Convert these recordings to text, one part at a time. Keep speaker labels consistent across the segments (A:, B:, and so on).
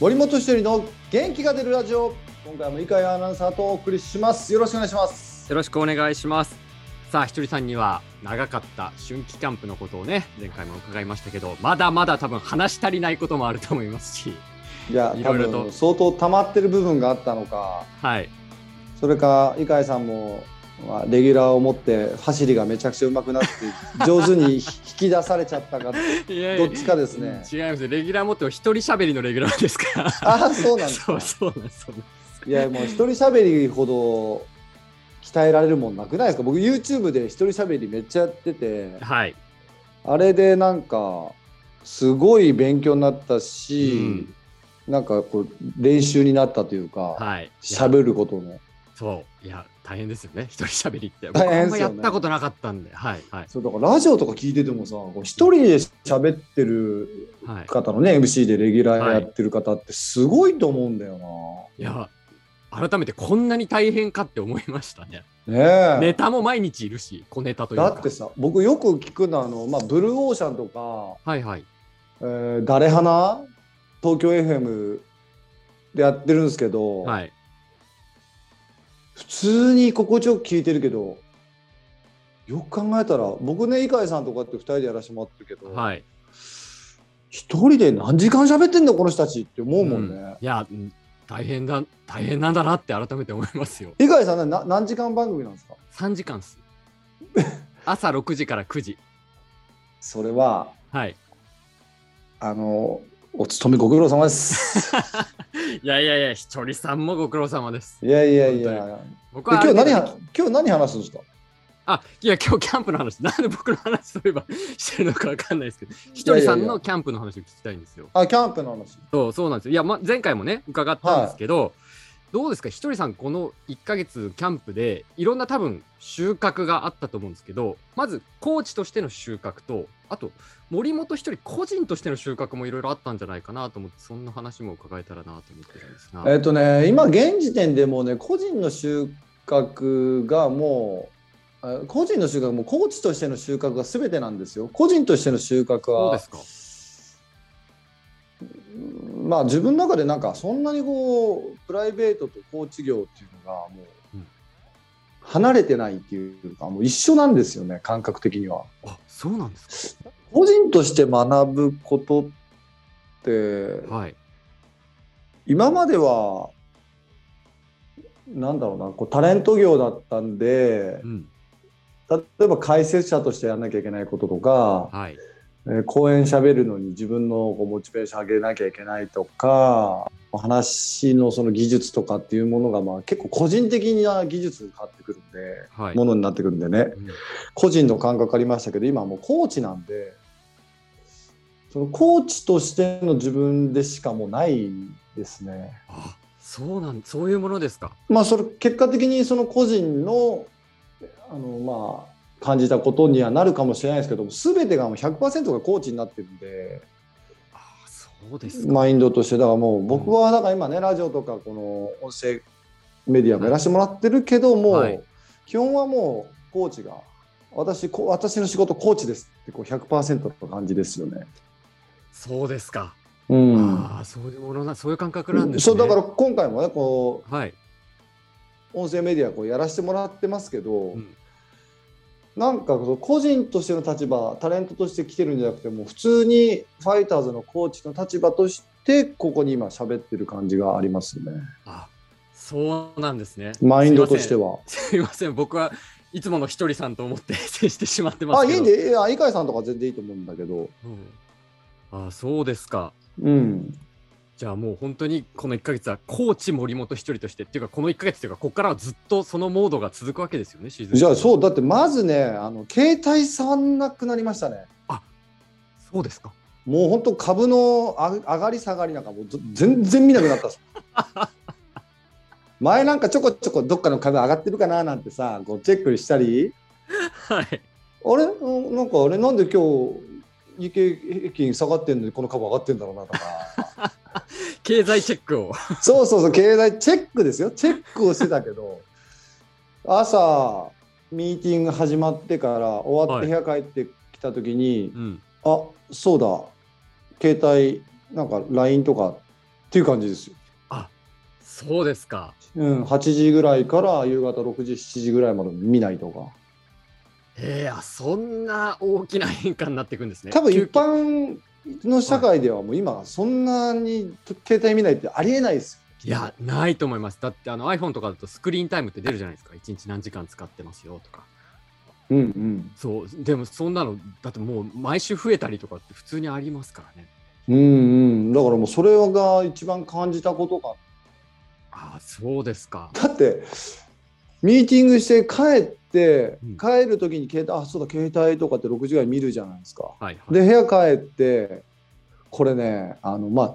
A: 森本一人の元気が出るラジオ今回も井川アナウンサーとお送りしますよろしくお願いします
B: よろしくお願いしますさあひとりさんには長かった春季キャンプのことをね前回も伺いましたけどまだまだ多分話し足りないこともあると思いますし
A: いや
B: い
A: 多
B: ろいろと
A: 分相当溜まってる部分があったのか
B: はい
A: それか井川さんもまあレギュラーを持って走りがめちゃくちゃ上手く なって上手に引き出されちゃったかどっちかですね
B: 違いますレギュラー持っても一人喋りのレギュラーですから
A: ああそうなんです
B: そ
A: か
B: うそうなんですそうなんで
A: いやもう一人喋りほど鍛えられるもんなくないですか僕 YouTube で一人喋りめっちゃやってて
B: すはい、
A: あれでなんかすごい勉強になったし、
B: うん
A: なんかこう練習になったというか
B: はい、いや
A: 喋、ることの
B: そういや大変ですよね一人喋りって僕
A: 大変
B: あ
A: で
B: ん
A: すよ
B: ま
A: ね
B: やったことなかったんではいはい
A: そうだからラジオとか聞いててもさこう一人で喋ってる
B: はい
A: 方のね MC でレギュラーやってる方ってすごいと思うんだよ
B: いや改めてこんなに大変かって思いましたね
A: な。ねえ
B: ネタも毎日いるし小ネタという
A: だ
B: か
A: ってさ僕よく聞くのはあの、まあ、ブルーオーシャンとか
B: はいはい
A: 「えー、誰花?」東京 FM でやってるんですけど、
B: はい
A: 普通に心地よく聞いてるけどよく考えたら僕ね井上さんとかって2人でやらせてもらってるけど、
B: はい
A: 一人で何時間喋ってんだこの人たちって思うもん
B: うんい
A: ね。
B: やうん大変だ大変なんだなって改めて思いますよ
A: 井上さんねな何時間番組なんですか
B: 3時間っ す朝6時から9時
A: それは
B: はい
A: あのお勤めご苦労様です。
B: いやいやいやひとりさんもご苦労様です
A: いやいやいや。
B: 本僕
A: え今
B: は
A: 日何
B: あれだ
A: は今日何話すんですか。
B: あいや今日キャンプの話なんで僕の話そういえば してるのかわかんないですけどひとりさ
A: い
B: ん
A: やいやい
B: の
A: や
B: キャンプの話を聞きたいんですよ
A: あキャンプの話。
B: そうそうなんですよいや、ま、前回もね伺ったんですけど、どうですかひとりさんこの1ヶ月キャンプでいろんな多分収穫があったと思うんですけどまずコーチとしての収穫とあと森本ひとり個人としての収穫もいろいろあったんじゃないかなと思ってそんな話も伺えたらなと思ってるんですが
A: えっ、とね今現時点でもうね個人の収穫がもうあ個人の収穫もうコーチとしての収穫が全てなんですよ。個人としての収穫
B: そうで
A: は
B: すか
A: うんまあ自分の中でなんかそんなにこうプライベートとコーチ業っていうのがもう
B: うん
A: 離れてないっていうかもう一緒なんですよね感覚的には。
B: あそうなんです
A: 個人として学ぶことって
B: かはい
A: 今まではなんだろうなこうタレント業だったんで
B: うん
A: 例えば解説者としてやんなきゃいけないこととか、
B: はい
A: えー講演しゃべるのに自分のこうモチベーション上げなきゃいけないとか話のその技術とかっていうものが、まあ、結構個人的な技術に変わってくるんで、
B: はい
A: ものになってくるんでね
B: うん
A: 個人の感覚ありましたけど今はもうコーチなんでそのコーチとしての自分でしかもうないですね。
B: あそうなんそういうものですか
A: まあ、それ結果的にその個人のあの、まあ、感じたことにはなるかもしれないですけど全てがもう100%がコーチになってるんで
B: あそうですか、
A: マインドとしてだからもう僕はだから今ねラジオとかこの音声メディアもやらせてもらってるけども、
B: はい
A: 基本はもうコーチが私こ私の仕事コーチですってこう100%の感じですよね。
B: そうですか、
A: うん
B: ああそういうものなそういう感覚なんです
A: そ
B: ね
A: うだから今回もねこ
B: はい、
A: う音声メディアこうやらせてもらってますけど、
B: うん
A: なんかこう個人としての立場タレントとして来てるんじゃなくてもう普通にファイターズのコーチの立場としてここに今喋ってる感じがありますね
B: あそうなんですね。
A: マインドとして
B: は。
A: は。
B: すいません、僕はいつものひとりさんと思って 接してしまってま
A: あ
B: すけ
A: い
B: ど。
A: いんでいや井上さんとか全然いいと思うんだけど、
B: うんあそうですか。
A: うん、
B: じゃあもう本当にこの1ヶ月はコーチ森本一人としてっていうかこの1ヶ月というかここからはずっとそのモードが続くわけですよねシーズン
A: じゃあそううだってまずねあの携帯触んなくなりましたね
B: そうですか
A: もう本当株のあ上がり下がりなんかもうず全然見なくなったっす前なんかちょこちょこどっかの株上がってるかななんてさこうチェックしたり
B: はい
A: あれうんなんかあれなんで今日日経平均下がってんのにこの株上がってんだろうなとか
B: 経済チェックを
A: そうそうそう経済チェックですよチェックをしてたけ ど朝ミーティング始まってから終わって部屋帰ってきた時に
B: う、ん
A: あそうだ携帯なんか LINE とかっていう感じですよ。
B: あそうですか。
A: うん、8時ぐらいから夕方6時、7時ぐらいまで見ないとか。
B: えー、あそんな大きな変化になっていくんですね。
A: 多分一
B: 休憩
A: 般の社会ではもう今そんなに携帯見ないってありえないです
B: いや、ないと思います。だってあの iPhone とかだとスクリーンタイムって出るじゃないですか。1日何時間使ってますよとか。
A: よ。うんうん。
B: そう、でもそんなの、だってもう毎週増えたりとかって普通にありますからね。
A: うんうん、だからもうそれが一番感じたことが
B: ああ、そうですか。
A: だってミーティングして帰って、
B: うん
A: 帰る時に携帯あそうだ携帯とかって6時ぐらい見るじゃないですか。
B: はいはい。
A: で部屋帰ってこれねあのまあ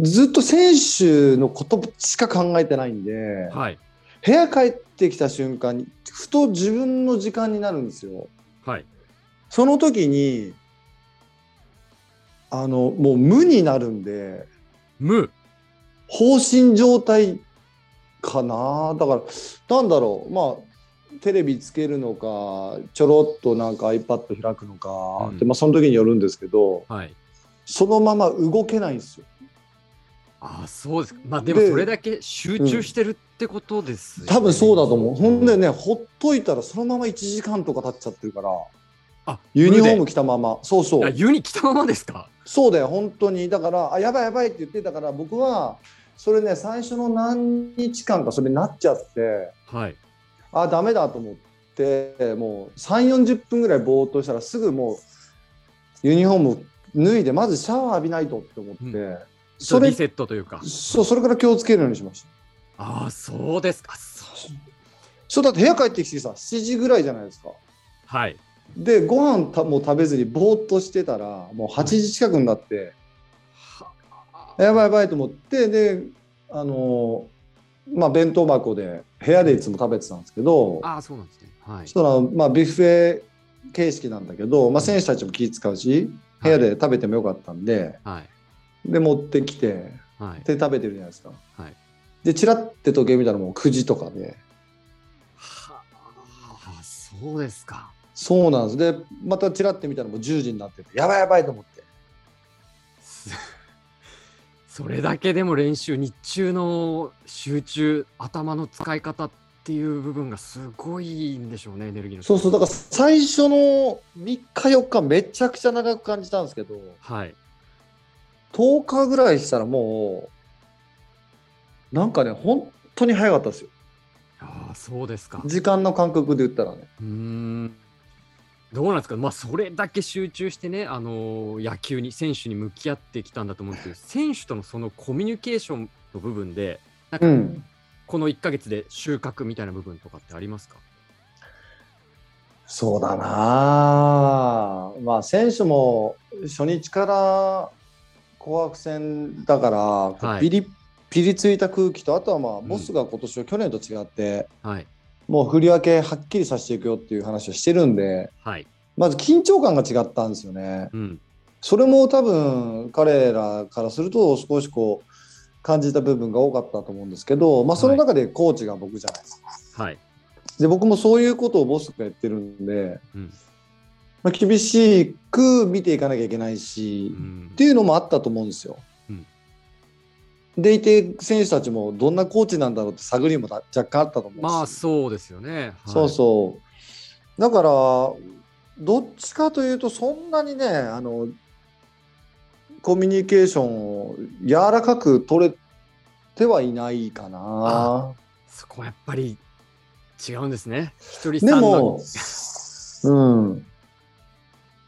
A: ずっと選手のことしか考えてないんで、
B: はい。
A: 部屋帰ってきた瞬間にふと自分の時間になるんですよ。
B: はい。
A: その時にあのもう無になるんで
B: 無。
A: 放心状態かなだからなんだろうまあテレビつけるのかちょろっとなんか iPad 開くのか、
B: うん
A: でまあ、その時によるんですけど
B: はい。
A: そのまま動けないんですよ。
B: ああ、そうですか。まあでも
A: で
B: それだけ集中してるってことですよね、
A: 多分そうだと思う。ほんでね
B: ね。
A: ほっといたらそのまま1時間とか経っちゃってるから
B: あ、
A: ユニフォー
B: 無
A: ム着たままそうそ
B: で。あ
A: う
B: ユニ着たままですか。
A: そうだよ本当にだからあやばいやばいって言ってたから僕はそれね最初の何日間かそれになっちゃって。
B: はい。
A: あダメだと思ってもう3 4 0分ぐらいぼーっとしたらすぐもうユニフォーム脱いでまずシャワー浴びないとって思って、
B: うん
A: そ
B: それ
A: れ
B: リセットというか。
A: そうそれから気をつけるようにしました
B: ああ、そうですか。そう。
A: そうだって部屋帰ってきてさ7時ぐらいじゃないですか
B: はい。
A: でご飯たもう食べずにぼーっとしてたらもう8時近くになって、やばいやばいと思ってであのーまあ弁当箱で部屋でいつも食べてたんですけど
B: ああ、そうなんですね。はい。
A: そのまあビュッフェ形式なんだけど、まあ、選手たちも気使うし部屋で食べてもよかったんで、
B: はい。
A: で持ってきて
B: はい。
A: で食べてるじゃないですか、
B: はい
A: でチラッて時計見たらもう9時とかで
B: はあ、そうですか。
A: そうなんですでまたチラッて見たらもう10時になっててやばいやばいと思って
B: すそれだけでも練習日中の集中頭の使い方っていう部分がすごいんでしょうねエネルギーの
A: そうそうだから最初の3日4日めちゃくちゃ長く感じたんですけど
B: はい
A: 10日ぐらいしたらもうなんかね本当に早かったですよ
B: ああそうですか
A: 時間の感覚で言ったらね
B: うーんどうなんですかまあそれだけ集中してねあのー野球に選手に向き合ってきたんだと思うんですけど 選手とのそのコミュニケーションの部分でなんか
A: うん
B: この1ヶ月で収穫みたいな部分とかってありますか、
A: そうだなあまあ選手も初日から紅白戦だから、こう
B: はい
A: ピリピリついた空気とあとはまあ
B: ん
A: ボスが今年は去年と違って、
B: はい
A: もう振り分けはっきりさせていくよっていう話をしてるんで
B: はい
A: まず緊張感が違ったんですよね。
B: うん
A: それも多分彼らからすると少しこう感じた部分が多かったと思うんですけど、まあ、その中でコーチが僕じゃないですか。
B: はい
A: で僕もそういうことをボスが言ってるんで。
B: うん
A: まあ、厳しく見ていかなきゃいけないし、
B: う
A: っ
B: ん
A: ていうのもあったと思うんですよ。
B: うん
A: でいて選手たちもどんなコーチなんだろうって探りもな若干あったと思うし、
B: まあそうですよね。はい
A: そうそうだからどっちかというとそんなにねあのコミュニケーションを柔らかく取れてはいないかな。
B: そこはやっぱり違うんですね。一人
A: で
B: さん
A: も
B: の、
A: うん。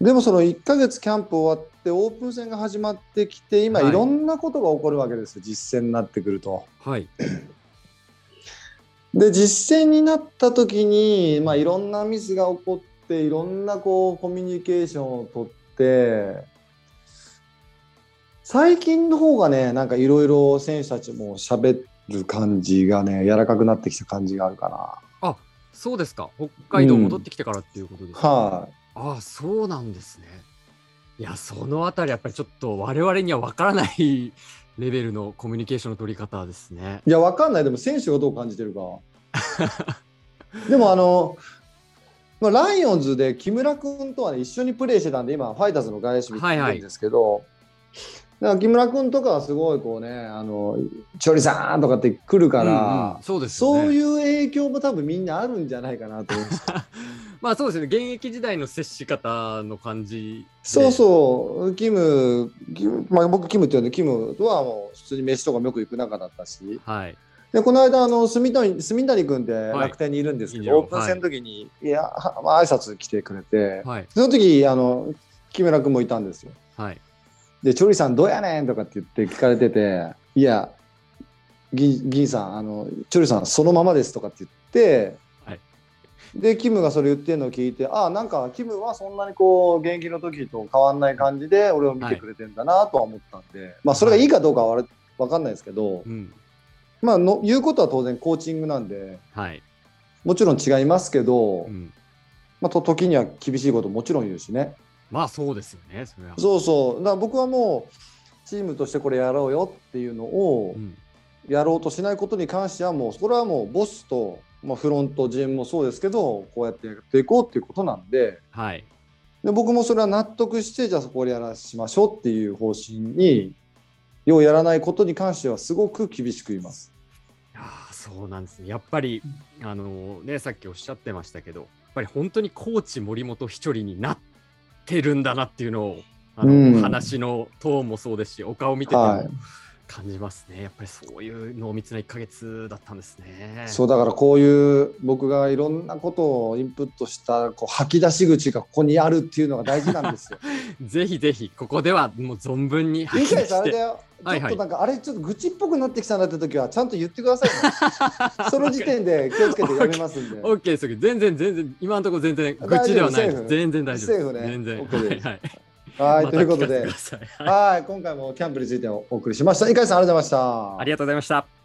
A: でもその1ヶ月キャンプ終わってオープン戦が始まってきて今
B: はい
A: いろんなことが起こるわけですよ、実践になってくると。
B: はい
A: で実践になった時に、まあ、いろんなミスが起こっていろんなこうコミュニケーションをとって最近の方がねなんかいろいろ選手たちも喋る感じがね柔らかくなってきた感じがあるかな。
B: そうですか。北海道戻ってきてからっていうことですか。
A: はい、
B: ああそうなんですね。いやそのあたりやっぱりちょっと我々にはわからないレベルのコミュニケーションの取り方ですね。
A: いや、わかんない。でも選手がどう感じてるか。でも、あの、まあ、ライオンズで木村君とは、ね、一緒にプレーしてたんで、今、ファイターズの外野手見て
B: はいは
A: る
B: い
A: んですけど、だから木村君とかはすごいこうねあのチョリさんとかって来るから、
B: うんうんそうですよね
A: そういう影響も多分みんなあるんじゃないか なと思うんです
B: まあそうですね現役時代の接し方の感じ
A: そうそうキムキム、まあ、僕キムって呼んでキムとはもう普通に飯とかもよく行く仲だったし
B: うはい
A: でこの間あの住谷住谷君って
B: い
A: 楽天にいるんですけど、
B: いいよ
A: オープン戦の時に、い、や、はまあ、挨拶来てくれて
B: はい
A: その時あの木村君もいたんですよ。
B: はい
A: で「チョリさんどうやねん?」とかって言って聞かれてて「いや銀銀さんあのチョリさんそのままです」とかって言って、
B: はい
A: でキムがそれ言ってるのを聞いてああなんかキムはそんなにこう現役の時と変わんない感じで俺を見てくれてんだなとは思ったんで、まあそれがいいかどうかはわれわかんないですけど、
B: うん
A: まあの言うことは当然コーチングなんで
B: はい、
A: もちろん違いますけど、
B: うん、
A: まあ、と時には厳しいことももちろん言うしね。
B: まあそうですよねそれは
A: そうそうだから僕はもうチームとしてこれやろうよっていうのを、
B: うん
A: やろうとしないことに関してはもうそれはもうボスと、まあ、フロント GM もそうですけどこうやってやっていこうっていうことなんで
B: はい
A: で僕もそれは納得してじゃあそこでやらしましょうっていう方針にようやらないことに関してはすごく厳しく言います。
B: ああそうなんですね。やっぱり、あのね、さっきおっしゃってましたけど、やっぱり本当にコーチ森本一人になってるんだなっていうのを、あの
A: うん
B: 話のトーンもそうですし、お顔見てて
A: は
B: も感じますね。やっぱりそういう濃密な1ヶ月だったんですね。
A: い、そうだからこういう僕がいろんなことをインプットしたこう吐き出し口がここにあるっていうのが大事なんですよ。
B: ぜひぜひ、ここではもう存分に
A: 理
B: 吐き
A: 解
B: 出
A: さ
B: し
A: れた
B: て。
A: よ。ちょ
B: はい
A: っ
B: はい
A: となんかあれちょっと愚痴っぽくなってきたなって時はちゃんと言ってください、ね。その時点で気をつけてやめますんで。
B: オッケーですオッケー全然全然今のところ全然愚痴ではないで
A: 大丈
B: す
A: 夫
B: 全然大丈夫です
A: セーフね
B: 全然
A: オッケーです
B: はい
A: は、
B: はいま
A: と
B: た
A: いうこと
B: 聞かせて
A: で
B: くだ、さいはい
A: はい、今回もキャンプについてお送りしました。いかいさん、ありがとうございました
B: あ。りがとうございました